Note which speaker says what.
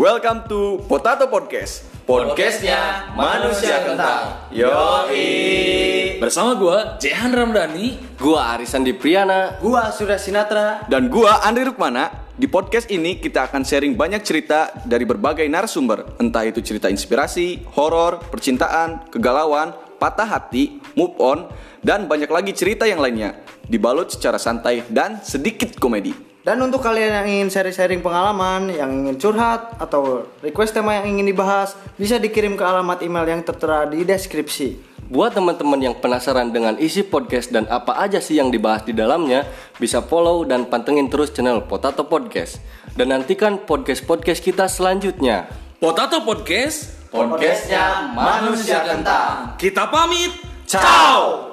Speaker 1: Welcome to Potato Podcast.
Speaker 2: Podcastnya Manusia Kentang.
Speaker 1: Yoi.
Speaker 2: Bersama gua Jehan Ramdhani
Speaker 1: Gua Arisan Dipriana
Speaker 3: Gua Surya Sinatra.
Speaker 1: dan gua Andri Rukmana. Di podcast ini kita akan sharing banyak cerita dari berbagai narasumber, entah itu cerita inspirasi, horor, percintaan, kegalauan, patah hati, move on, dan banyak lagi cerita yang lainnya. Dibalut secara santai dan sedikit komedi.
Speaker 3: Dan untuk kalian yang ingin sharing-sharing pengalaman, yang ingin curhat atau request tema yang ingin dibahas, bisa dikirim ke alamat email yang tertera di deskripsi.
Speaker 4: Buat teman-teman yang penasaran dengan isi podcast dan apa aja sih yang dibahas di dalamnya, bisa follow dan pantengin terus channel Potato Podcast. Dan nantikan podcast-podcast kita selanjutnya.
Speaker 2: Potato Podcast
Speaker 4: Podcastnya Manusia Kentang.
Speaker 2: Kita pamit
Speaker 1: Ciao.